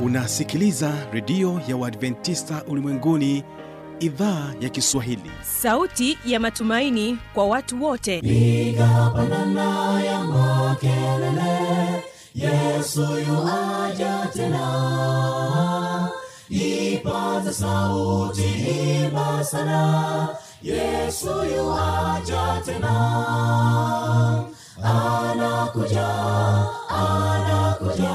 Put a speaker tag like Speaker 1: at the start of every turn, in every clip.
Speaker 1: unasikiliza redio ya uadventista ulimwenguni idhaa ya kiswahili
Speaker 2: sauti ya matumaini kwa watu wote
Speaker 3: piga pandana ya makelele yesu yuaja tena ipaze sauti imba sana yesu yuaja tena anakuja anakuja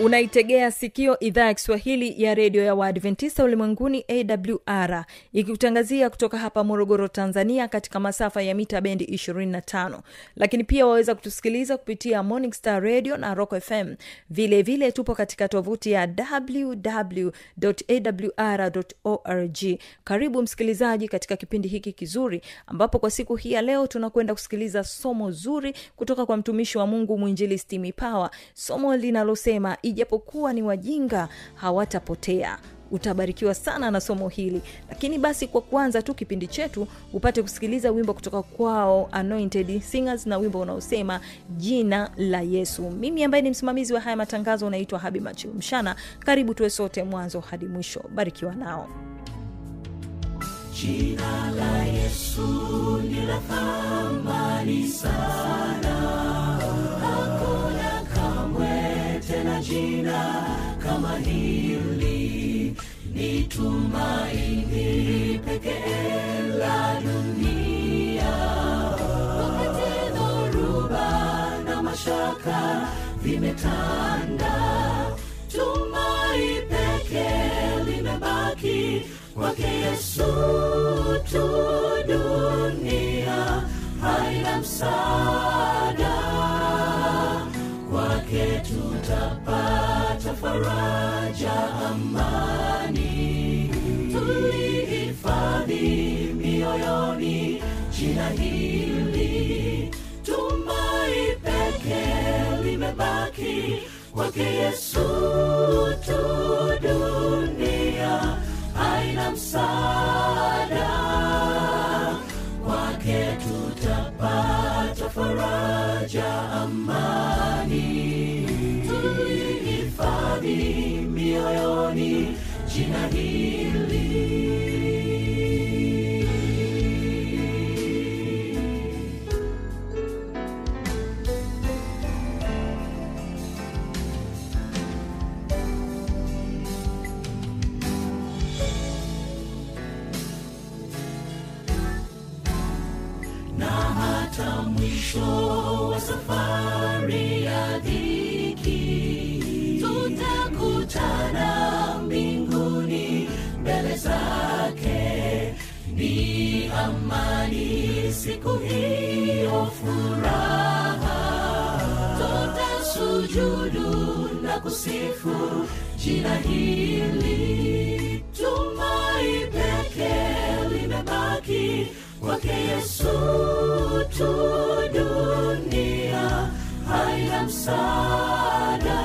Speaker 2: unaitegea sikio idhaa ya kiswahili ya redio ya waadventista ulimwenguni awr ikikutangazia kutoka hapa morogoro tanzania katika masafa ya mita bendi 25 lakini pia waweza kutusikiliza kupitia morning star radio na rock fm vilevile vile tupo katika tovuti ya www awr karibu msikilizaji katika kipindi hiki kizuri ambapo kwa siku hii ya leo tunakwenda kusikiliza somo zuri kutoka kwa mtumishi wa mungu mwinjili stimi power somo linalosema ijapokuwa ni wajinga hawatapotea utabarikiwa sana na somo hili lakini basi kwa kuanza tu kipindi chetu upate kusikiliza wimbo kutoka kwao anointed singers na wimbo unaosema jina la yesu mimi ambaye ni msimamizi wa haya matangazo unaitwa habi machilumshana karibu tuwe sote mwanzo hadi mwisho barikiwa nao
Speaker 3: Jina la Yesu ni la thamani sana, hakuna kamwe tena jina kama hili, ni tumaini pekee la dunia. Wakati dhoruba na mashaka vimetanda, tumai pekee limebaki kwake Yesu tu. Dunia haina msaada, kwake tutapata faraja, amani tulihifadhi mioyoni jina hili, tumai pekee limebaki kwake Yesu tu. Dunia haina msaada, kwake tutapata faraja, amani tulihifadhi mioyoni jina hili. na hata mwisho wa safari ya dhiki tutakutana mbinguni mbele zake ni amani siku hiyo furaha tutasujudu na kusifu jina hili tumai pekee limebaki kwake Yesu tu. Dunia haina msaada,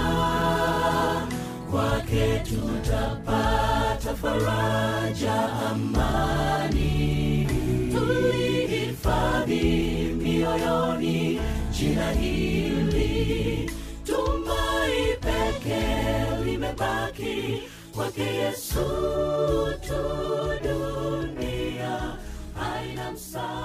Speaker 3: kwake tutapata faraja, amani tulihifadhi mioyoni jina hili, tumai pekee limebaki kwake Yesu tu. Dunia haina msaada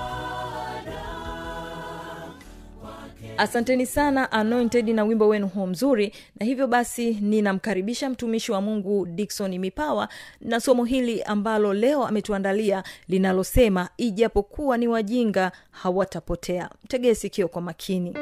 Speaker 3: kwake
Speaker 2: asanteni sana anointed na wimbo wenu huo mzuri na hivyo basi ninamkaribisha mtumishi wa mungu dikson mipawa na somo hili ambalo leo ametuandalia linalosema ijapokuwa ni wajinga hawatapotea mtegee sikio kwa makini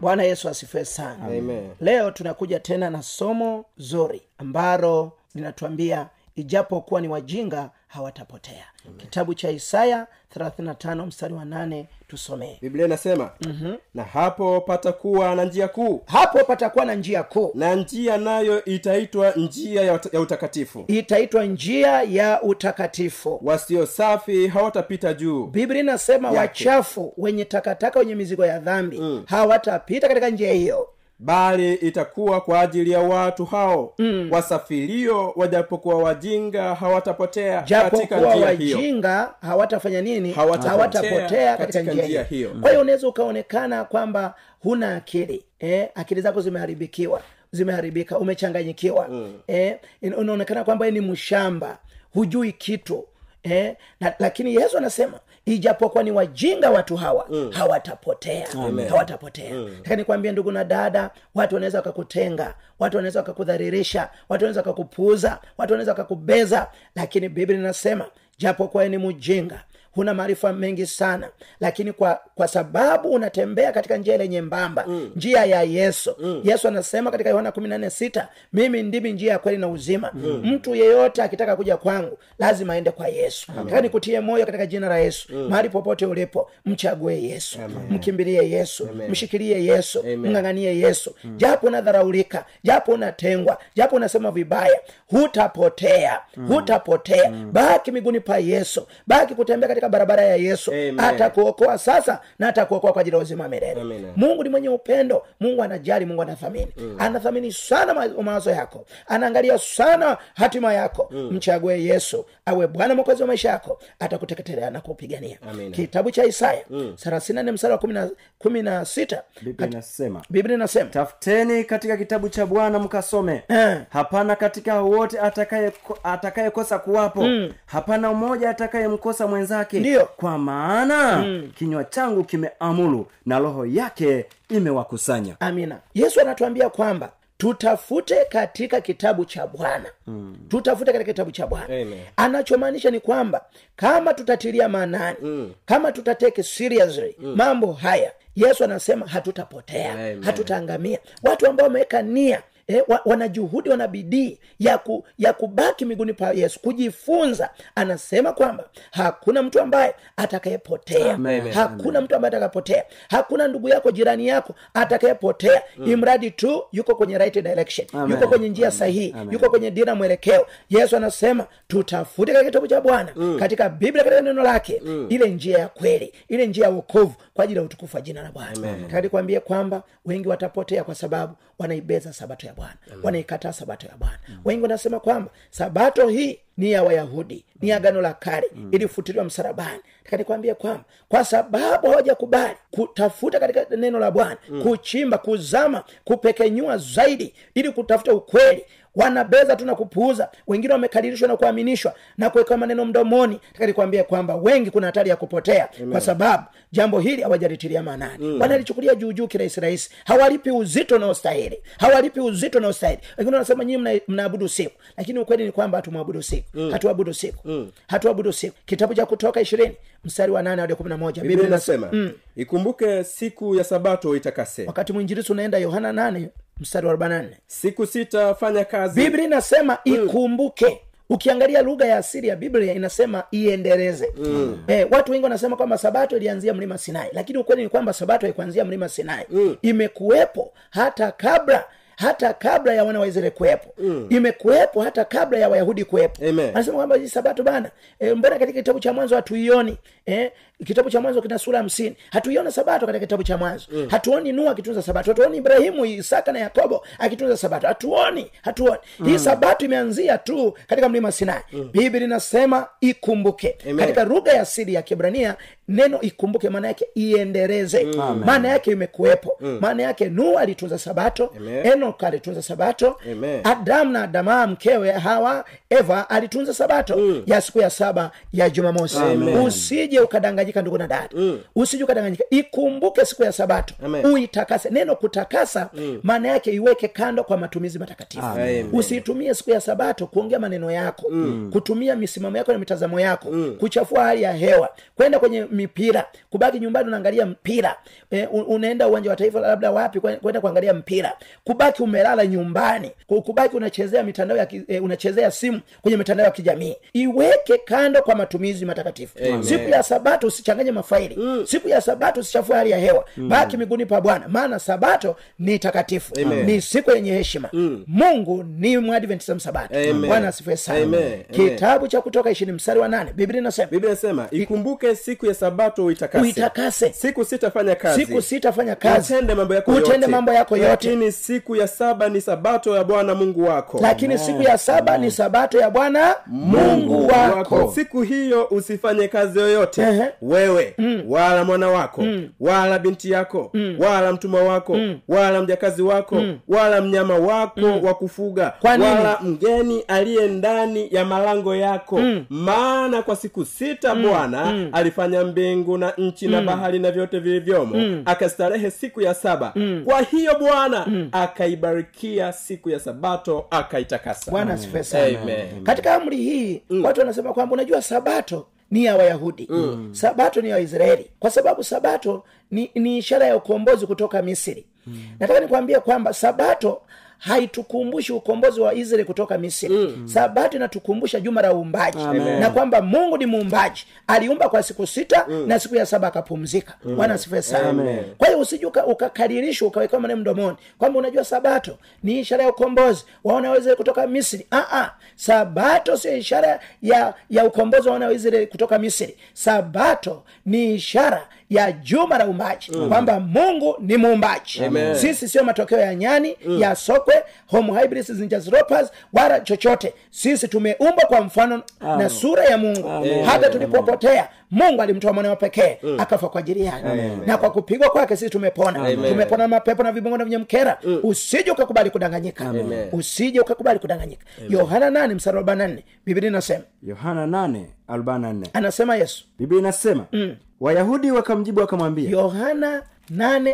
Speaker 4: bwana yesu asifiwe sana
Speaker 5: Amen.
Speaker 4: leo tunakuja tena na somo zuri ambalo linatuambia ijapokuwa ni wajinga hawatapotea kitabu cha isaya 35 mstari wa 8 tusomee
Speaker 5: biblia inasema
Speaker 4: Mhm.
Speaker 5: mm-hmm. na hapo patakuwa na njia kuu
Speaker 4: hapo patakuwa na njia kuu
Speaker 5: na njia nayo itaitwa njia ya, ut- ya utakatifu
Speaker 4: itaitwa njia ya utakatifu
Speaker 5: wasio safi hawatapita juu
Speaker 4: biblia inasema
Speaker 5: Yake.
Speaker 4: wachafu wenye takataka wenye mizigo ya dhambi mm. hawatapita katika njia hiyo
Speaker 5: bali itakuwa kwa ajili ya watu hao mm. wasafirio wajapokuwa wajinga hawatapotea katika
Speaker 4: japokuwa
Speaker 5: njia hiyo
Speaker 4: wajinga hawatafanya nini
Speaker 5: Hawatapotea
Speaker 4: hawatapotea katika njia hiyo
Speaker 5: Mm.
Speaker 4: kwa hiyo unaweza ukaonekana kwamba huna akili eh, akili zako zimeharibikiwa zimeharibika umechanganyikiwa mm. eh, in- unaonekana kwamba wewe ni mshamba hujui kitu eh, na, lakini yesu anasema ijapokuwa ni wajinga watu hawa mm. hawatapotea hawatapotea taka nikwambie ndugu na dada watu wanaweza wakakutenga watu wanaweza wakakudharirisha watu wanaweza wakakupuuza watu wanaweza wakakubeza lakini biblia inasema japokuwa wewe ni mjinga huna maarifa mengi sana lakini kwa kwa sababu unatembea katika njia ile nyembamba mm. njia ya yesu mm. yesu anasema katika yohana 146 mimi ndimi njia ya kweli na uzima mm. mtu yeyote akitaka kuja kwangu lazima aende kwa yesu taka nikutie moyo katika jina la yesu mm. mahali popote ulipo mchague yesu Amen. mkimbilie yesu Amen. mshikilie yesu mng'ang'anie yesu mm. japo unadharaulika japo unatengwa japo unasema vibaya hutapotea hutapotea baki miguuni pa yesu baki kutembea katika barabara ya yesu
Speaker 5: Amen.
Speaker 4: atakuokoa sasa na atakuokoa kwa ajili ya uzima wa milele
Speaker 5: Amen.
Speaker 4: mungu ni mwenye upendo mungu anajali mungu anathamini mm. anathamini sana ma- mawazo yako anaangalia sana hatima yako mm. mchague yesu awe bwana mwokozi wa maisha yako atakuteketelea na kupigania
Speaker 5: Amen.
Speaker 4: kitabu cha isaya mm. 34 msara wa kumi na- kumi na sita
Speaker 5: biblia inasema
Speaker 4: biblia inasema
Speaker 5: tafuteni katika kitabu cha bwana mkasome
Speaker 4: Eh.
Speaker 5: hapana katika wote atakayekosa atakaye atakayekosa kuwapo mm. hapana mmoja atakayemkosa mwenzake
Speaker 4: Ndiyo.
Speaker 5: kwa maana mm. kinywa changu kimeamuru na roho yake imewakusanya
Speaker 4: amina yesu anatuambia kwamba tutafute katika kitabu cha bwana mm. tutafute katika kitabu cha bwana
Speaker 5: Amen.
Speaker 4: anachomaanisha ni kwamba kama tutatilia maanani mm. kama tutateke seriously mm. mambo haya yesu anasema hatutapotea
Speaker 5: Amen.
Speaker 4: hatutaangamia watu ambao wameweka nia E, wa, wana juhudi wana bidii ya, ku, ya kubaki miguuni pa yesu kujifunza anasema kwamba hakuna mtu ambaye atakayepotea
Speaker 5: Amen.
Speaker 4: hakuna mtu ambaye atakapotea hakuna ndugu yako jirani yako atakayepotea mm. imradi tu yuko kwenye right direction
Speaker 5: Amen.
Speaker 4: yuko kwenye njia
Speaker 5: Amen.
Speaker 4: sahihi
Speaker 5: Amen.
Speaker 4: yuko kwenye dira mwelekeo yesu anasema tutafute katika kitabu cha bwana mm. katika biblia katika neno lake mm. ile njia ya kweli ile njia ya uokovu kwa ajili ya utukufu wa jina la bwana takanikwambie kwamba wengi watapotea kwa sababu wanaibeza sabato ya bwana wanaikataa sabato ya bwana mm. wengi wanasema kwamba sabato hii ni ya wayahudi ni agano la kale mm. ilifutiliwa msalabani taka nikwambie kwamba kwa sababu hawajakubali kutafuta katika neno la bwana mm. kuchimba kuzama kupekenyua zaidi ili kutafuta ukweli wanabeza tu na kupuuza wengine wamekadirishwa na kuaminishwa na kuwekewa maneno mdomoni taka nikwambie kwamba wengi kuna hatari ya kupotea kwa sababu jambo hili hawajalitilia maanani mm. wanalichukulia juujuu kirahisi hawalipi uzito unaostahili hawalipi uzito unaostahili wengine wanasema nyinyi mna- mnaabudu siku lakini ukweli ni kwamba hatumwabudu siku mm. hatuabudu siku mm. hatuabudu siku kitabu cha kutoka ishirini mstari wa nane hadi kumi na moja
Speaker 5: biblia inasema mm. ikumbuke siku ya sabato itakase
Speaker 4: wakati mwinjilisi unaenda yohana nane mstari wa arobaini na nne
Speaker 5: siku sita fanya kazi
Speaker 4: biblia inasema ikumbuke ukiangalia lugha ya asili ya biblia inasema iendeleze mm. eh, watu wengi wanasema kwamba sabato ilianzia mlima sinai lakini ukweli ni kwamba sabato haikuanzia mlima sinai mm. imekuwepo hata kabla hata kabla ya wana wa israeli kuwepo mm. imekuwepo hata kabla ya wayahudi kuwepo
Speaker 5: Amen.
Speaker 4: anasema kwamba hii sabato bana e, mbona katika kitabu cha mwanzo hatuioni e, kitabu cha mwanzo kina sura hamsini hatuiona sabato katika kitabu cha mwanzo mm. hatuoni nua akitunza sabato hatuoni ibrahimu isaka na yakobo akitunza sabato hatuoni hatuoni mm. hii sabato imeanzia tu katika mlima sinai mm. biblia inasema ikumbuke
Speaker 5: Amen.
Speaker 4: katika lugha ya asili ya kibrania neno ikumbuke maana yake iendeleze maana yake imekuwepo maana yake nuhu alitunza sabato
Speaker 5: Amen.
Speaker 4: enok alitunza sabato
Speaker 5: Amen.
Speaker 4: adamu na adamaa mkewe hawa eva alitunza sabato mm. ya siku ya saba ya jumamosi
Speaker 5: Amen.
Speaker 4: usije ukadanganyika ndugu na dada mm. usije ukadanganyika ikumbuke siku ya sabato
Speaker 5: Amen.
Speaker 4: uitakase neno kutakasa maana yake iweke kando kwa matumizi matakatifu
Speaker 5: Amen.
Speaker 4: usiitumie siku ya sabato kuongea maneno yako mm. kutumia misimamo yako na mitazamo yako mm. kuchafua hali ya hewa kwenda kwenye mipira kubaki nyumbani unaangalia mpira e, unaenda uwanja wa taifa labda wapi kwe- kwenda kuangalia mpira kubaki kubaki umelala nyumbani kwa kubaki unachezea mitandao ya ki, eh, unachezea simu kwenye mitandao ya kijamii iweke kando kwa matumizi matakatifu
Speaker 5: Amen.
Speaker 4: siku ya sabato usichanganye mafaili
Speaker 5: Mm.
Speaker 4: siku ya sabato usichafue hali ya hewa baki miguuni pa bwana maana sabato ni takatifu
Speaker 5: Amen. Mm.
Speaker 4: ni siku yenye heshima mungu ni mwadventisa msabato
Speaker 5: Amen.
Speaker 4: bwana asifue
Speaker 5: Amen.
Speaker 4: sana
Speaker 5: Amen.
Speaker 4: kitabu cha kutoka ishini mstari wa nane biblia inasema
Speaker 5: biblia inasema ikumbuke siku ya sabato uitakase
Speaker 4: Uitakase.
Speaker 5: siku sitafanya kazi
Speaker 4: siku sitafanya kazi
Speaker 5: utende mambo yako yote.
Speaker 4: Utende mambo yako yote.
Speaker 5: lakini siku ya saba ni sabato ya bwana mungu wako
Speaker 4: lakini siku ya saba ni sabato ya bwana mungu wako
Speaker 5: siku hiyo usifanye kazi yoyote
Speaker 4: Ehe. Mm.
Speaker 5: wewe wala mwana wako wala binti yako wala mtuma wako
Speaker 4: Mm.
Speaker 5: wala mjakazi wako wala mnyama wako wa kufuga
Speaker 4: Kwa nini?
Speaker 5: wala mgeni aliye ndani ya malango yako
Speaker 4: Mm.
Speaker 5: maana kwa siku sita bwana alifanya mbingu na nchi
Speaker 4: Mm.
Speaker 5: na bahari na vyote vilivyomo akastarehe siku ya saba
Speaker 4: Mm.
Speaker 5: kwa hiyo bwana akaibarikia siku ya sabato akaitakasa
Speaker 4: bwana asifue sana
Speaker 5: Amen. Mm.
Speaker 4: katika amri hii watu wanasema kwamba unajua sabato ni ya wayahudi
Speaker 5: Mm.
Speaker 4: sabato ni ya waisraeli kwa sababu sabato ni, ni ishara ya ukombozi kutoka misri
Speaker 5: Mm.
Speaker 4: nataka nikwambie kwamba sabato haitukumbushi ukombozi wa israeli kutoka misri
Speaker 5: Mm.
Speaker 4: sabato inatukumbusha juma la uumbaji na kwamba mungu ni muumbaji aliumba kwa siku sita na siku ya saba akapumzika bwana asifue sana
Speaker 5: Mm. Amen.
Speaker 4: kwa hiyo usije uka- ukakaririshwa ukawekewa maneno mdomoni kwamba unajua sabato ni ishara ya ukombozi waona waisraeli kutoka misri Aa, sabato sio ishara ya ya ukombozi waona waisraeli kutoka misri sabato ni ishara ya juma la uumbaji kwamba mungu ni muumbaji
Speaker 5: Mm. Amen. Mm.
Speaker 4: sisi sio matokeo ya nyani ya sokwe homo hybris zinjas ropers wala chochote sisi tumeumbwa kwa mfano na sura ya mungu hata tulipopotea mungu alimtoa mwanawe pekee
Speaker 6: Mm.
Speaker 4: akafa kwa ajili yake na kwa kupigwa kwake sisi tumepona tumepona na mapepo na vibongo na vinyamkera
Speaker 6: Mm.
Speaker 4: usije ukakubali kudanganyika usije ukakubali kudanganyika yohana 8 msara 44 biblia inasema
Speaker 6: yohana 8:44
Speaker 4: anasema yesu
Speaker 6: biblia inasema
Speaker 4: Mm.
Speaker 6: wayahudi wakamjibu wakamwambia
Speaker 4: yohana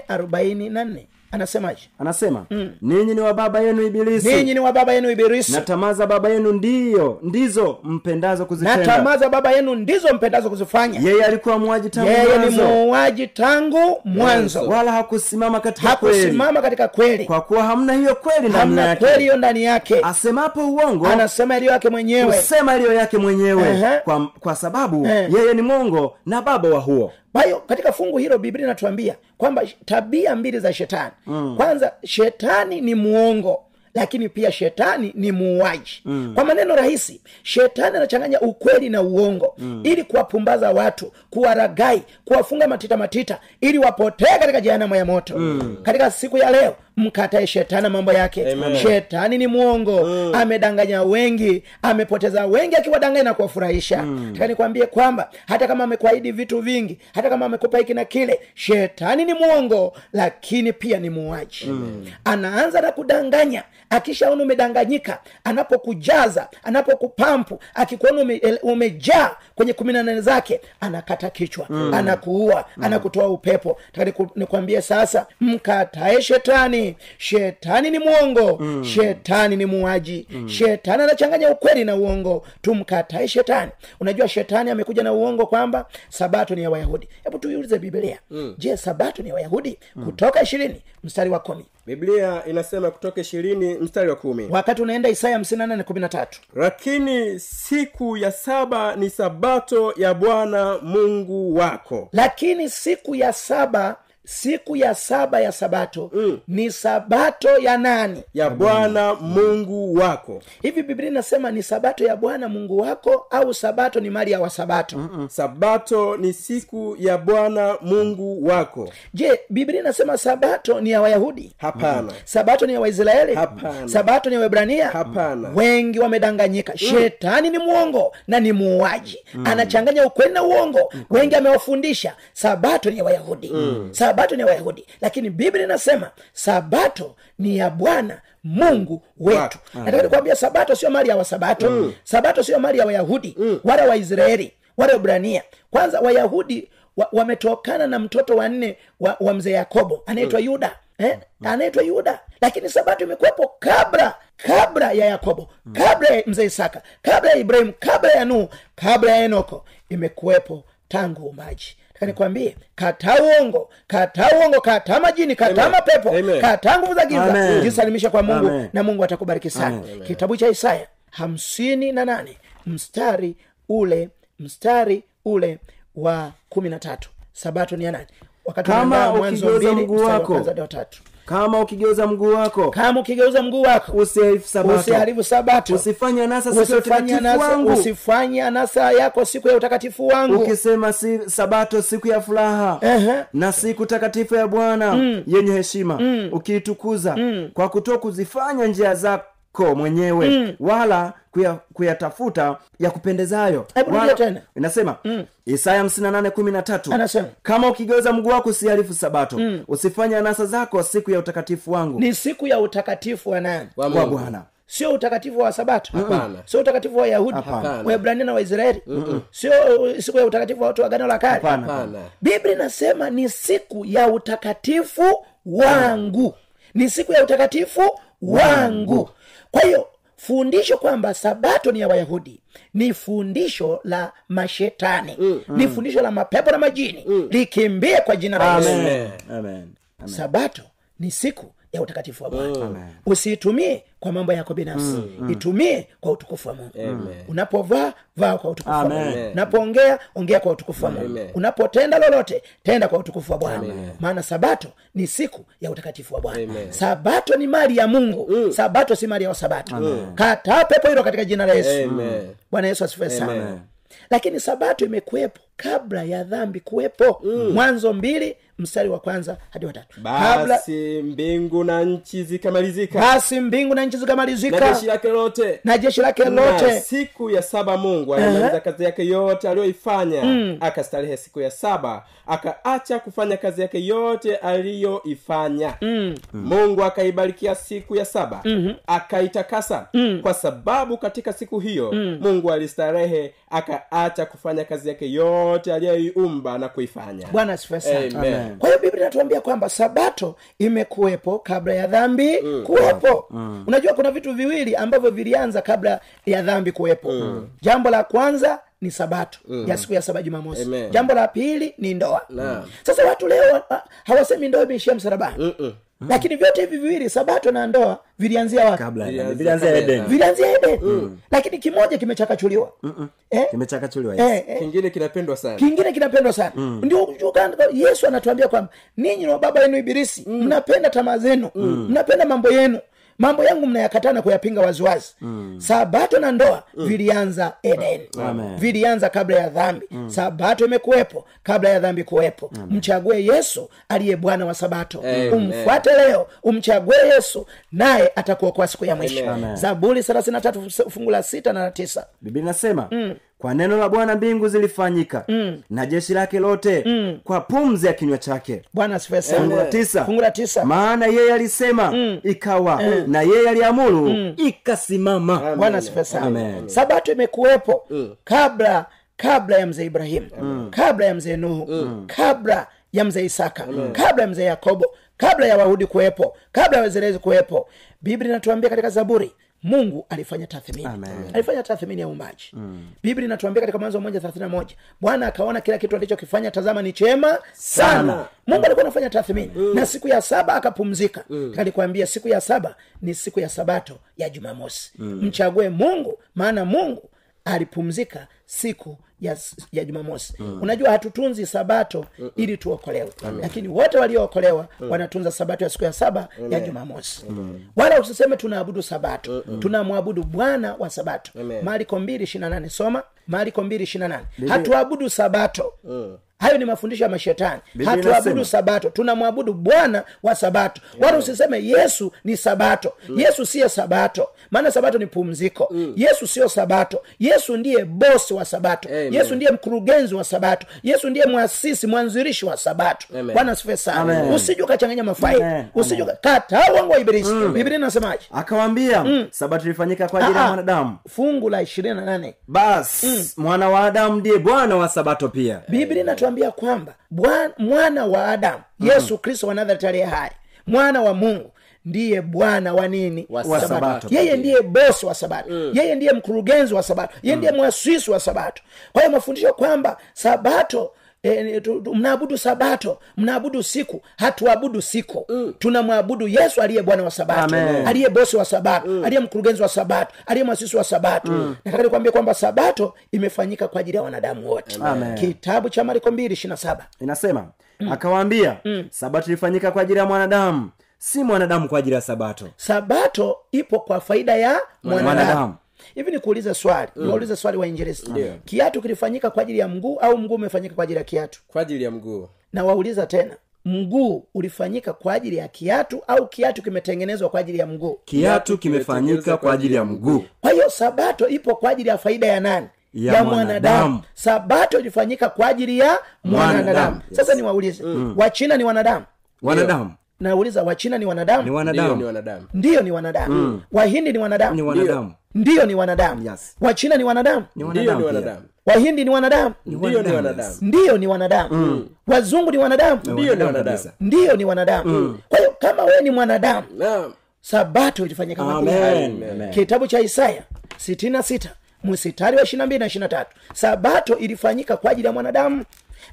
Speaker 4: 844 anasemaje
Speaker 6: anasema ninyi ni wa baba yenu
Speaker 4: Mm. ninyi
Speaker 6: ibilisi
Speaker 4: ni wa baba yenu ibirisi
Speaker 6: na tamaa za baba yenu ndiyo ndizo mpendazo
Speaker 4: na tamaa
Speaker 6: kuzitenda
Speaker 4: za baba yenu ndizo mpendazo kuzifanya
Speaker 6: yeye alikuwa muaji tangu
Speaker 4: yeye ni
Speaker 6: mwanzo
Speaker 4: muuaji tangu mwanzo
Speaker 6: wala hakusimama katika kweli
Speaker 4: hakusimama katika kweli
Speaker 6: kwa kuwa hamna hiyo kweli ndani
Speaker 4: hamna
Speaker 6: yake
Speaker 4: kweli hiyo ndani yake
Speaker 6: asemapo uongo
Speaker 4: anasema iliyo yake mwenyewe
Speaker 6: husema iliyo yake mwenyewe
Speaker 4: Ehe.
Speaker 6: kwa, kwa sababu
Speaker 4: Eh.
Speaker 6: yeye ni mwongo na baba wa huo
Speaker 4: kwa hiyo katika fungu hilo biblia inatuambia kwamba sh- tabia mbili za shetani kwanza shetani ni muongo lakini pia shetani ni muuaji kwa maneno rahisi shetani anachanganya ukweli na uongo ili kuwapumbaza watu kuwaragai kuwafunga matita matita ili wapotee katika jehanamu ya moto katika siku ya leo mkatae shetani na mambo yake
Speaker 5: Amen.
Speaker 4: shetani ni mwongo amedanganya wengi amepoteza wengi akiwadanganya na kuwafurahisha taka nikwambie kwamba hata kama amekuahidi vitu vingi hata kama amekupa hiki na kile shetani ni mwongo lakini pia ni muuaji anaanza na kudanganya akishaona umedanganyika anapokujaza anapokupampu akikuona ume, ele- umejaa kwenye kumi na nane zake anakata kichwa anakuua anakutoa upepo taka niku- nikwambie sasa mkatae shetani shetani ni mwongo shetani ni muuaji shetani anachanganya ukweli na uongo tumkatae shetani unajua shetani amekuja na uongo kwamba sabato ni ya wayahudi hebu tuiulize biblia je sabato ni ya wayahudi kutoka ishirini mstari wa kumi
Speaker 5: Mm. biblia inasema kutoka ishirini mstari wa kumi
Speaker 4: wakati unaenda isaya 58 13
Speaker 5: lakini siku ya saba ni sabato ya bwana mungu wako
Speaker 4: lakini siku ya saba siku ya saba ya sabato ni sabato ya nani
Speaker 5: ya bwana mungu wako
Speaker 4: hivi biblia inasema ni sabato ya bwana mungu wako au sabato ni mali ya wasabato
Speaker 6: Mm.
Speaker 5: sabato ni siku ya bwana mungu wako
Speaker 4: je biblia inasema sabato ni ya wayahudi
Speaker 5: hapana
Speaker 4: sabato ni ya waisraeli
Speaker 5: Hapana.
Speaker 4: sabato ni ya waebrania
Speaker 5: Hapana. Mm.
Speaker 4: wengi wamedanganyika shetani ni mwongo na ni muuaji anachanganya ukweli na uongo
Speaker 5: Mm.
Speaker 4: wengi amewafundisha sabato ni ya wayahudi sabato ni ya wayahudi lakini biblia inasema sabato ni ya bwana mungu wetu
Speaker 5: Ah.
Speaker 4: nataka nikuambia sabato sio mali ya wasabato
Speaker 5: Mm.
Speaker 4: sabato sio mali ya wayahudi wala waisraeli wala wabrania kwanza wayahudi wa- wametokana na mtoto wanne wa, wa mzee yakobo anaitwa
Speaker 5: Mm.
Speaker 4: yuda eh, anaitwa yuda lakini sabato imekuwepo kabla kabla ya yakobo
Speaker 5: Mm.
Speaker 4: kabla ya mzee isaka kabla ya ibrahimu kabla ya nuhu kabla ya enoko imekuwepo tangu umaji
Speaker 5: Mm.
Speaker 4: nikwambie kataa uongo kataa uongo kataa majini kataa
Speaker 5: Amen.
Speaker 4: mapepo
Speaker 5: Amen. Ah.
Speaker 4: kataa nguvu za giza
Speaker 6: Amen.
Speaker 4: jisalimisha kwa mungu
Speaker 6: Amen.
Speaker 4: na mungu atakubariki sana kitabu cha isaya hamsini na nane mstari ule mstari ule wa kumi na tatu sabato ni ya nani wakati
Speaker 6: Kama
Speaker 4: unaandaa Mwanzo
Speaker 6: ukigeuza
Speaker 4: mbili,
Speaker 6: mguu
Speaker 4: mstari wa
Speaker 6: wako.
Speaker 4: kwanza hadi wa tatu.
Speaker 6: kama ukigeuza mguu wako
Speaker 4: kama ukigeuza mguu wako
Speaker 6: usiharifu sabato
Speaker 4: usiharifu sabato
Speaker 6: usifanye anasa siku ya
Speaker 4: usifanye
Speaker 6: utakatifu
Speaker 4: anasa,
Speaker 6: wangu
Speaker 4: usifanye anasa yako siku ya utakatifu wangu
Speaker 6: ukisema si, sabato siku ya furaha
Speaker 4: Ehe. Mm.
Speaker 6: na siku takatifu ya bwana yenye heshima ukiitukuza kwa kuto kuzifanya njia zako mwenyewe
Speaker 4: Mm.
Speaker 6: wala kuya- kuyatafuta ya kupendezayo
Speaker 4: Hebu rudia
Speaker 6: Wala-
Speaker 4: tena. Mm.
Speaker 6: inasema isaya 58:13
Speaker 4: Anasema. Mm.
Speaker 6: kama ukigeuza mguu wako usiharifu sabato usifanye anasa zako siku ya utakatifu wangu
Speaker 4: ni siku ya utakatifu wa nani
Speaker 5: Wa
Speaker 6: wa
Speaker 5: Mungu.
Speaker 6: bwana
Speaker 4: sio utakatifu wa sabato
Speaker 5: Hapana.
Speaker 4: sio utakatifu wa wayahudi
Speaker 6: Hapana.
Speaker 4: waebrania na waisraeli sio uh, siku ya utakatifu wa watu wa agano la kale
Speaker 5: Hapana.
Speaker 4: biblia inasema ni siku ya utakatifu wangu ni siku ya utakatifu wangu kwa hiyo fundisho kwamba sabato ni ya wayahudi ni fundisho la mashetani ni fundisho la mapepo na majini likimbie kwa jina la yesu
Speaker 6: Amen. Amen. Mm.
Speaker 4: sabato ni siku ya utakatifu wa bwana usiitumie kwa mambo yako binafsi itumie kwa utukufu wa mungu unapovaa vaa kwa utukufu wa
Speaker 6: Amen.
Speaker 4: mungu unapoongea ongea kwa utukufu wa mungu unapotenda lolote tenda kwa utukufu wa bwana maana sabato ni siku ya utakatifu wa bwana sabato ni mali ya mungu
Speaker 6: Mm.
Speaker 4: sabato si mali ya wasabato kataa pepo hilo katika jina la yesu
Speaker 5: Amen.
Speaker 4: bwana yesu asifiwe sana lakini sabato imekuwepo kabla ya dhambi kuwepo mwanzo mbili mstari wa kwanza hadi watatu kabla
Speaker 5: Mm. basi mbingu na nchi zikamalizika
Speaker 4: basi mbingu na nchi
Speaker 5: na
Speaker 4: zikamalizika
Speaker 5: jeshi lake lote
Speaker 4: na jeshi lake
Speaker 5: na
Speaker 4: lote
Speaker 5: siku ya saba mungu alimaliza kazi yake yote aliyoifanya
Speaker 4: Mm.
Speaker 5: akastarehe siku ya saba akaacha kufanya kazi yake yote aliyoifanya
Speaker 4: Mm.
Speaker 5: mungu akaibarikia siku ya saba
Speaker 4: Mm-hmm.
Speaker 5: akaitakasa
Speaker 4: Mm.
Speaker 5: kwa sababu katika siku hiyo mungu alistarehe akaacha kufanya kazi yake yote aliyoiumba na kuifanya
Speaker 4: bwana asifiwe sana
Speaker 5: Amen.
Speaker 4: Amen. kwa hiyo biblia inatuambia kwamba sabato imekuwepo kabla ya dhambi
Speaker 5: Mm.
Speaker 4: kuwepo
Speaker 6: Mm.
Speaker 4: unajua kuna vitu viwili ambavyo vilianza kabla ya dhambi kuwepo
Speaker 5: Mm.
Speaker 4: jambo la kwanza ni sabato ya siku ya saba jumamosi
Speaker 5: Amen.
Speaker 4: jambo la pili ni ndoa Mm. sasa watu leo wa- hawasemi ndoa imeishia msalabani
Speaker 5: Mm.
Speaker 4: lakini vyote hivi viwili sabato na ndoa vilianzia wapi
Speaker 6: kabla ya
Speaker 5: Vilianza
Speaker 6: dhambi. vilianzia
Speaker 5: kabla ya
Speaker 6: edeni
Speaker 5: dhambi.
Speaker 4: vilianzia edeni
Speaker 5: Mm.
Speaker 4: lakakaini kimoja kimechakachuliwa eh?
Speaker 6: kimechakachuliwa
Speaker 4: eh, eh.
Speaker 5: kingine kinapendwa sana
Speaker 4: kingine kinapendwa sana
Speaker 6: Mm.
Speaker 4: ndio uganda yesu anatuambia kwamba ninyi na baba yenu ibilisi
Speaker 6: Mm.
Speaker 4: mnapenda tamaa zenu mnapenda mambo yenu mambo yangu mnayakataa na kuyapinga waziwazi
Speaker 6: Mm.
Speaker 4: sabato na ndoa vilianza edeni
Speaker 6: Amen. Mm.
Speaker 4: vilianza kabla ya dhambi sabato imekuwepo kabla ya dhambi kuwepo mchague yesu aliye bwana wa sabato
Speaker 5: Amen.
Speaker 4: umfuate leo umchague yesu naye atakuokoa siku ya mwisho
Speaker 6: Amen.
Speaker 4: zaburi 33 fungu la sita na la tisa
Speaker 6: biblia inasema
Speaker 4: Mm.
Speaker 6: kwa neno la bwana mbingu zilifanyika na jeshi lake lote
Speaker 4: Mm.
Speaker 6: kwa pumzi ya kinywa chake
Speaker 4: bwana asifiwe
Speaker 6: fungu la
Speaker 4: sana
Speaker 6: tisa
Speaker 4: fungu la tisa
Speaker 6: maana yeye alisema
Speaker 4: Mm.
Speaker 6: ikawa
Speaker 4: Eh.
Speaker 6: na yeye aliamuru ikasimama
Speaker 4: bwana asifiwe sana
Speaker 6: Amen.
Speaker 4: sabato imekuwepo kabla kabla ya mzee ibrahimu kabla ya mzee nuhu kabla ya mzee isaka kabla ya mzee yakobo kabla ya wayahudi kuwepo kabla ya waisraeli kuwepo biblia inatuambia katika zaburi mungu alifanya tathmini alifanya tathmini ya uumbaji biblia inatuambia katika mwanzo moja thelathini na moja bwana akaona kila kitu alichokifanya tazama ni chema sana,
Speaker 6: Sana.
Speaker 4: mungu alikuwa anafanya tathmini na siku ya saba akapumzika alikuambia siku ya saba ni siku ya sabato ya jumamosi mchague mungu maana mungu alipumzika siku ya, ya jumamosi unajua hatutunzi sabato ili tuokolewe lakini wote waliookolewa wanatunza sabato ya siku ya saba ya jumamosi wala usiseme tunaabudu sabato tunamwabudu bwana wa sabato mariko mbili ishirina nane soma mariko mbili ishirina nane hatuabudu sabato hayo ni mafundisho ya mashetani
Speaker 6: Uh. Biblia
Speaker 4: hatuabudu
Speaker 6: inasema.
Speaker 4: sabato tunamwabudu bwana wa sabato wala usiseme yesu ni sabato
Speaker 6: Mm.
Speaker 4: yesu siyo sabato maana sabato ni pumziko yesu siyo sabato yesu ndiye bosi wa sabato
Speaker 5: Amen.
Speaker 4: yesu ndiye mkurugenzi wa sabato yesu ndiye mwasisi mwanzilishi wa sabato
Speaker 5: Amen.
Speaker 4: bwana sife sana
Speaker 6: Amen.
Speaker 4: usije ukachanganya mafaili
Speaker 6: Amen.
Speaker 4: usije uka- kataa uongo wa ibilisi biblia inasemaje
Speaker 6: akawambia
Speaker 4: Mm.
Speaker 6: sabato ilifanyika kwa ajili
Speaker 4: Ah,
Speaker 6: ya
Speaker 4: ah.
Speaker 6: mwanadamu
Speaker 4: fungu la ishirini na nane
Speaker 6: basi
Speaker 4: Mm.
Speaker 6: mwana wa adamu ndiye bwana wa sabato pia
Speaker 4: biblia inatuambia kwamba Bwana- mwana wa adamu yesu kristo wa Nazareti aliye hai mwana wa mungu ndiye bwana wa nini
Speaker 5: Wa
Speaker 4: Sabato. Mm.
Speaker 6: Sabato.
Speaker 4: yeye ndiye bosi wa sabato yeye Mm. ndiye mkurugenzi wa sabato yeye ndiye mwasisi wa sabato kwa hiyo mafundisho kwamba sabato e, ni- tu- tu- mnaabudu sabato mnaabudu siku hatuabudu siku mm. tunamwabudu yesu aliye bwana wa sabato
Speaker 6: Amen.
Speaker 4: aliye bosi wa sabato mm. aliye mkurugenzi wa sabato aliye mwasisi wa sabato mm. nataka nikwambia kwamba sabato imefanyika kwa ajili ya wanadamu wote
Speaker 6: Amen.
Speaker 4: kitabu cha mariko mbili ishiri na saba
Speaker 6: inasema akawaambia sabato ilifanyika kwa ajili ya mwanadamu si mwanadamu kwa ajili ya sabato
Speaker 4: sabato ipo kwa faida ya
Speaker 6: Mwanadamu. Mm.
Speaker 4: mwanadamu hivi nikuulize swali niwaulize swali wainjilisti kiatu kilifanyika kwa ajili ya mguu au mguu umefanyika kwa ajili ya kiatu
Speaker 5: kwa ajili ya mguu
Speaker 4: na wauliza tena mguu ulifanyika kwa ajili ya kiatu au kiatu kimetengenezwa kwa ajili ya mguu
Speaker 6: kiatu kimefanyika kwa ajili ya mguu
Speaker 4: kwa hiyo sabato ipo kwa ajili ya faida ya nani
Speaker 6: Ya mwanadamu.
Speaker 4: sabato ilifanyika kwa ajili ya
Speaker 6: Mwanadamu. Mm.
Speaker 4: mwanadamu, sasa niwaulize wachina ni wanadamu
Speaker 6: wanadamu
Speaker 4: nauliza wachina ni wanadamu
Speaker 6: ni
Speaker 5: ndiyo ni
Speaker 6: wanadamu
Speaker 5: wanadamu
Speaker 4: ndiyo ni wanadamu
Speaker 5: Mm.
Speaker 4: wahindi ni wanadamu
Speaker 6: ni wanadamu
Speaker 4: ndiyo ni wanadamu
Speaker 6: Yes.
Speaker 4: wachina ni wanadamu
Speaker 5: ndiyo ni
Speaker 6: pia.
Speaker 5: wanadamu
Speaker 4: wahindi ni wanadamu
Speaker 5: ndiyo ni
Speaker 6: wanadamu,
Speaker 5: wanadamu
Speaker 4: ndiyo ni wanadamu wazungu ni wanadamu
Speaker 5: ndiyo ni Mm.
Speaker 6: Wanadamu
Speaker 5: wanadamu
Speaker 6: kabisa.
Speaker 4: ndiyo ni wanadamu kwa hiyo kama wewe ni mwanadamu
Speaker 5: naam
Speaker 4: sabato ilifanyika kwa ajili ya
Speaker 6: Amen.
Speaker 4: watu.
Speaker 5: Amen.
Speaker 4: kitabu cha isaya 66 msitari wa 22 na 23 sabato ilifanyika kwa ajili ya mwanadamu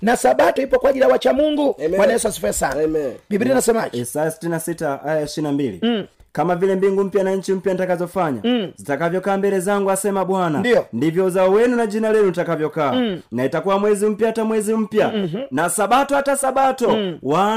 Speaker 4: na sabato ipo kwa ajili ya wacha mungu
Speaker 5: Amen.
Speaker 4: bwana yesu asifiwe sana
Speaker 5: Amen.
Speaker 4: biblia inasemaje
Speaker 6: isaya 66 aya 22 kama vile mbingu mpya na nchi mpya nitakazofanya zitakavyokaa mbele zangu asema bwana
Speaker 4: Ndiyo.
Speaker 6: ndivyo uzao wenu na jina lenu litakavyokaa na itakuwa mwezi mpya hata mwezi mpya na sabato hata sabato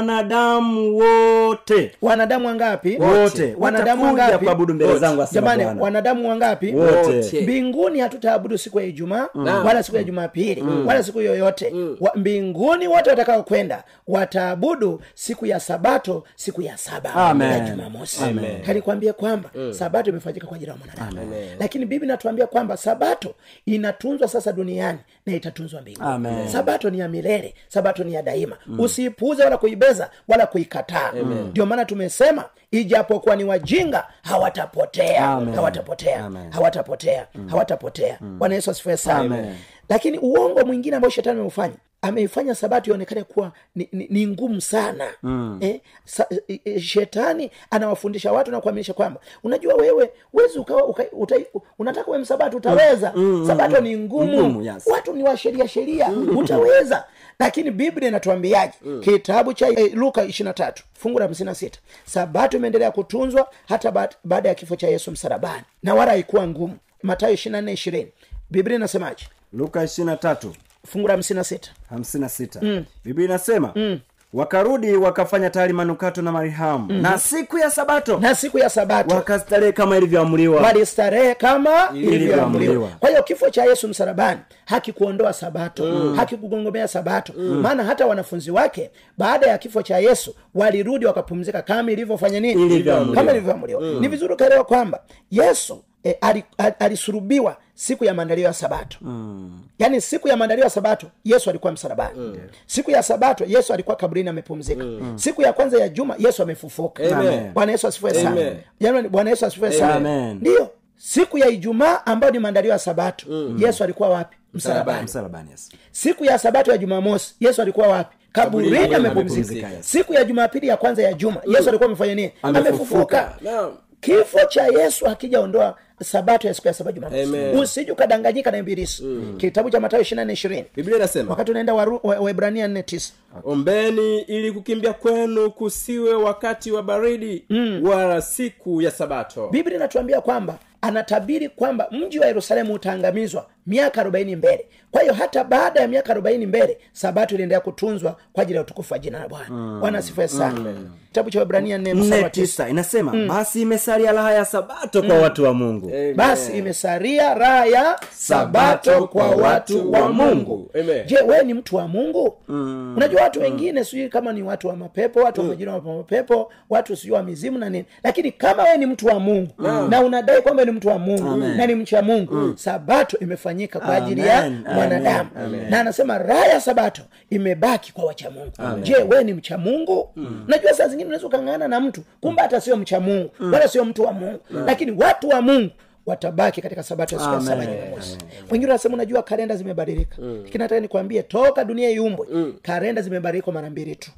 Speaker 6: wanadamu wote
Speaker 4: wanadamu wangapi
Speaker 6: wote
Speaker 4: wanadamu
Speaker 6: watakuja
Speaker 4: wangapi
Speaker 6: kuabudu mbele zangu asema
Speaker 4: jamani
Speaker 6: bwana
Speaker 4: wanadamu wangapi
Speaker 6: wote Mm.
Speaker 4: mbinguni hatutaabudu siku ya ijumaa wala siku ya jumapili wala siku yoyote Wa, mbinguni wote watakao kwenda wataabudu siku ya sabato siku ya saba
Speaker 6: Amen. Mm.
Speaker 4: ya jumamosi kanikwambia kwamba sabato imefanyika kwa ajili ya mwanadamu lakini bibi natuambia kwamba sabato inatunzwa sasa duniani na itatunzwa mbinguni
Speaker 6: Amen. Mm.
Speaker 4: sabato ni ya milele sabato ni ya daima usiipuuze wala kuibeza wala kuikataa Mm. ndio maana tumesema ijapokuwa ni wajinga hawatapotea
Speaker 6: Amen.
Speaker 4: hawatapotea
Speaker 6: Amen. Mm.
Speaker 4: hawatapotea hawatapotea bwana yesu asifiwe sana
Speaker 6: Amen.
Speaker 4: lakini uongo mwingine ambao shetani ameufanya ameifanya sabato ionekane kuwa ni, ni, ni ngumu sana
Speaker 6: Mm.
Speaker 4: eh, sa, eh, eh, shetani anawafundisha watu na kuaminisha kwamba unajua wewe wezi ukawa uka, uta, unataka wewe msabato utaweza
Speaker 6: Mm,
Speaker 4: sabato ni ngumu,
Speaker 6: Ngumu, yes. Mm.
Speaker 4: watu ni wa sheria sheria utaweza lakini biblia inatuambiaje kitabu cha eh, luka 23 fungu la 56 sabato imeendelea kutunzwa hata baad- baada ya kifo cha yesu msalabani na wala haikuwa ngumu matayo 24 20 biblia inasemaje
Speaker 6: luka 23
Speaker 4: fungu la 56
Speaker 6: 56 biblia inasema wakarudi wakafanya tayari manukato na marihamu na siku ya sabato
Speaker 4: na siku ya sabato
Speaker 6: wakastarehe kama ilivyoamriwa
Speaker 4: walistarehe kama
Speaker 6: Ilivyoamriwa.
Speaker 4: ilivyoamriwa kwa hiyo kifo cha yesu msalabani hakikuondoa sabato hakikugongomea sabato maana hata wanafunzi wake baada ya kifo cha yesu walirudi wakapumzika kama ilivyofanya nini
Speaker 6: Ilivyoamriwa.
Speaker 4: kama ilivyoamriwa ni vizuri ukaelewa kwamba yesu eh, ali- ali- alisulubiwa siku ya maandalio ya sabato yaani siku ya maandalio ya sabato yesu alikuwa msalabani siku ya sabato yesu alikuwa kaburini amepumzika siku ya kwanza ya juma yesu amefufuka
Speaker 5: Amen.
Speaker 4: bwana yesu asifiwe sana
Speaker 5: Amen.
Speaker 4: Jamani, bwana yesu asifiwe sana
Speaker 6: Amen.
Speaker 4: ndiyo siku ya ijumaa ambayo ni maandalio ya sabato
Speaker 5: Mm.
Speaker 4: yesu alikuwa wapi msalabani
Speaker 6: msalabani yes.
Speaker 4: siku ya sabato ya jumamosi yesu alikuwa wapi kaburini
Speaker 5: Kaburini
Speaker 4: amepumzika
Speaker 5: amepumzika, yes. Mm.
Speaker 4: siku ya jumapili ya kwanza ya juma yesu alikuwa amefanya nini
Speaker 6: Amefufuka.
Speaker 4: amefufuka
Speaker 5: naam
Speaker 4: kifo cha yesu hakijaondoa sabato ya siku ya saba jumamosi
Speaker 5: Amen. Mm.
Speaker 4: usije ukadanganyika na ibilisi kitabu cha matayo 24 20
Speaker 5: biblia inasema
Speaker 4: wakati unaenda Waru- Wa- waebrania 4 9
Speaker 5: ombeni ili kukimbia kwenu kusiwe wakati wa baridi
Speaker 6: Hmm.
Speaker 5: wala siku ya sabato
Speaker 4: biblia inatuambia kwamba anatabiri kwamba mji wa yerusalemu utaangamizwa miaka 40 mbele kwa hiyo hata baada ya miaka 40 mbele sabato iliendelea kutunzwa kwa ajili ya utukufu wa jina la bwana bwana asifiwe sana kitabu cha Waebrania nne mstari
Speaker 6: Nne
Speaker 4: wa tisa
Speaker 6: tisa inasema basi imesalia raha ya sabato kwa watu wa mungu
Speaker 5: Amen.
Speaker 4: basi imesaria raha ya sabato kwa watu wa mungu Mm.
Speaker 5: Amen.
Speaker 4: je wewe ni mtu wa mungu unajua watu wengine sijui kama ni watu wa mapepo watu wa majina wa mapepo watu sijui wa mizimu na nini lakini kama wewe ni mtu wa mungu na unadai kwamba ni mtu wa mungu na ni mcha mungu sabato imefanyika kwa ajili ya
Speaker 6: Amen.
Speaker 4: mwanadamu na anasema raha ya sabato imebaki kwa wacha mungu je wewe ni mcha mungu najua saa zingine unaweza ukang'ana na mtu kumbe hata sio mcha mungu wala sio mtu wa mungu lakini watu wa mungu watabaki katika sabato ya siku ya saba Jumamosi. Wengine wanasema unajua kalenda zimebadilika, lakini nataka nikwambie toka dunia iumbwe, kalenda zimebadilika mara mbili tu.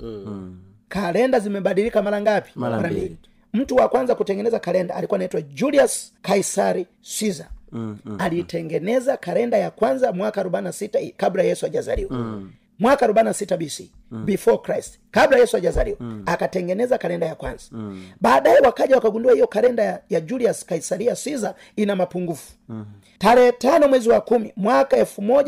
Speaker 4: Kalenda zimebadilika mara ngapi?
Speaker 6: Mara mbili.
Speaker 4: Mtu wa kwanza kutengeneza kalenda alikuwa anaitwa Julius Kaisari Caesar. Mm, mm, aliitengeneza kalenda ya kwanza mwaka 46 kabla Yesu hajazaliwa. mwaka 46 bc mm. before christ kabla yesu ajazaliwa mm. akatengeneza kalenda ya kwanza mm. baadaye wakaja wakagundua hiyo kalenda ya, ya julius kaisaria caesar ina mapungufu mm. tarehe tano mwezi wa kumi mwaka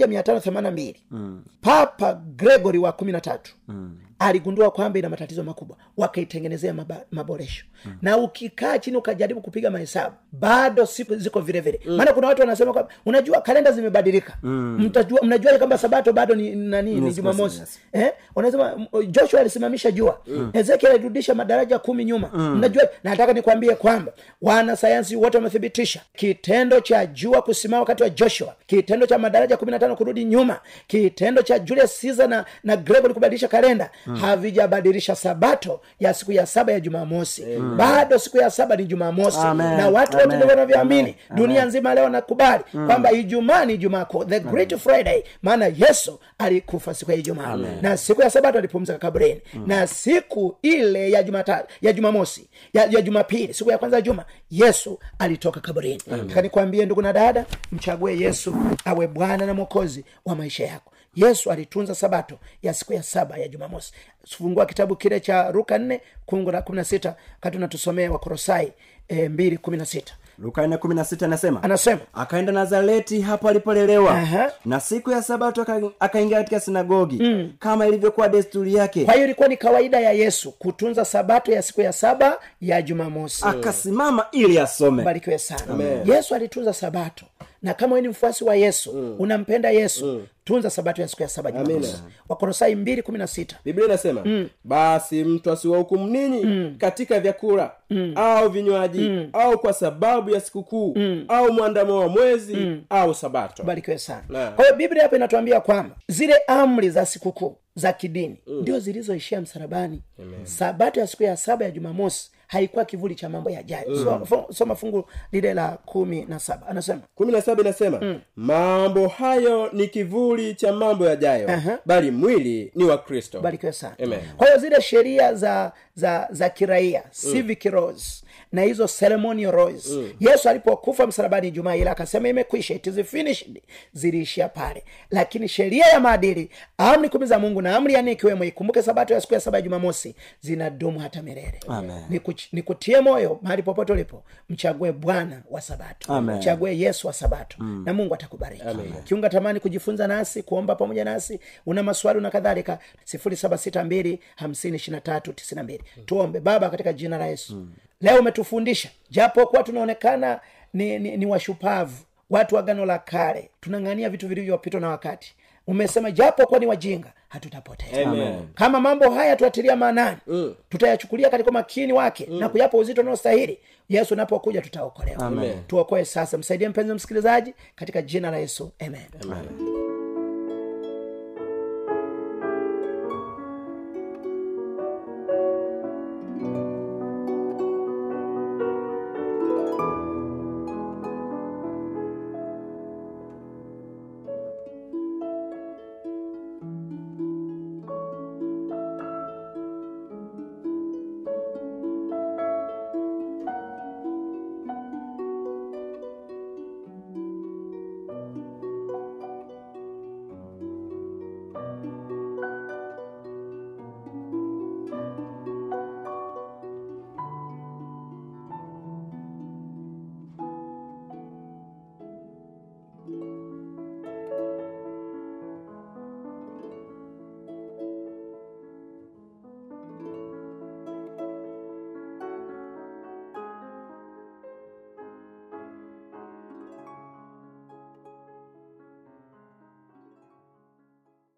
Speaker 4: 1582 mm. papa gregory wa kumi na tatu mm aligundua kwamba ina matatizo makubwa wakaitengenezea maba- maboresho mm. na ukikaa chini ukajaribu kupiga mahesabu bado siku ziko vile vile maana mm. kuna watu wanasema kwamba unajua kalenda zimebadilika mm. mtajua mnajuaje kwamba sabato bado ni nani ni
Speaker 6: yes,
Speaker 4: jumamosi
Speaker 6: yes.
Speaker 4: eh? unasema m- joshua alisimamisha jua mm. ezekiel alirudisha madaraja kumi nyuma mm. mnajua nataka nikwambie kwamba wanasayansi wote wamethibitisha kitendo cha jua kusimama wakati wa joshua kitendo cha madaraja kumi na tano kurudi nyuma kitendo cha julius caesar na, na gregory kubadilisha kalenda mm. havijabadilisha sabato ya siku ya saba ya jumamosi mm. bado siku ya saba ni jumamosi
Speaker 6: Amen.
Speaker 4: na watu
Speaker 6: Amen.
Speaker 4: wote ndio wanavyoamini
Speaker 6: Amen. Mm.
Speaker 4: dunia nzima leo wanakubali kwamba ijumaa ni ijumaa kuu the great friday maana yesu alikufa siku ya ijumaa na siku ya sabato alipumzika kaburini
Speaker 6: Mm.
Speaker 4: na siku ile ya jumatatu ya jumamosi ya, ya jumapili siku ya kwanza ya juma yesu alitoka kaburini kanikwambie ndugu na dada mchague yesu awe bwana na mwokozi wa maisha yako yesu alitunza sabato ya siku ya saba ya jumamosi fungua kitabu kile cha ruka nne kungu la kumi na sita wakati unatusomea wakorosai e, mbili kumi na sita
Speaker 6: luka 16 anasema
Speaker 4: anasema
Speaker 6: akaenda nazareti hapo alipolelewa
Speaker 4: Aha.
Speaker 6: na siku ya sabato aka- akaingia katika sinagogi mm. kama ilivyokuwa desturi yake
Speaker 4: kwa hiyo ilikuwa ni kawaida ya yesu kutunza sabato ya siku ya saba ya jumamosi
Speaker 6: akasimama ili asome
Speaker 4: barikiwe sana yesu alitunza sabato na kama wewe ni mfuasi wa yesu mm. unampenda yesu mm. tunza sabato ya siku ya saba jumamosi wakorosai mbili kumi na sita
Speaker 5: biblia inasema mm. basi mtu asiwahukumu ninyi mm. katika vyakula mm. au vinywaji mm. au kwa sababu ya sikukuu mm. au mwandamo wa mwezi mm. au sabato
Speaker 4: barikiwe sana
Speaker 5: Naam.
Speaker 4: kwa hiyo biblia hapo inatuambia kwamba zile amri za sikukuu za kidini ndio zilizoishia msalabani sabato ya siku ya saba ya jumamosi haikuwa kivuli cha mambo yajayo mm. soma fungu lile la kumi na saba anasema
Speaker 5: kumi na saba inasema mm. mambo hayo ni kivuli cha mambo yajayo
Speaker 4: Aha.
Speaker 5: bali mwili ni wa kristo
Speaker 4: barikiwe sana
Speaker 5: Amen.
Speaker 4: kwa hiyo zile sheria za za za kiraia civic
Speaker 5: Mm.
Speaker 4: laws na hizo ceremonial laws yesu alipokufa msalabani jumaa ile akasema imekwisha it is finished ziliishia pale lakini sheria ya maadili amri kumi za mungu na amri ya nne ikiwemo ikumbuke sabato ya siku ya saba ya jumamosi zinadumu hata milele Nikuch- nikutie moyo mahali popote ulipo mchague bwana wa sabato
Speaker 6: Amen.
Speaker 4: Mchague mchague yesu wa sabato mm. na mungu atakubariki kiunga tamani kujifunza nasi kuomba pamoja nasi una maswali na kadhalika 7625392 tuombe baba katika jina la yesu mm. leo umetufundisha japo kuwa tunaonekana ni, ni, ni washupavu watu wa gano la kale tunang'ania vitu vilivyopitwa na wakati umesema japo kuwa ni wajinga hatutapotea
Speaker 5: Amen.
Speaker 4: kama mambo haya tuatilia maanani mm. tutayachukulia katika makini wake mm. na kuyapa uzito unaostahili yesu unapokuja tutaokolewa tuokoe sasa msaidie mpenzi msikilizaji katika jina la yesu amen, amen.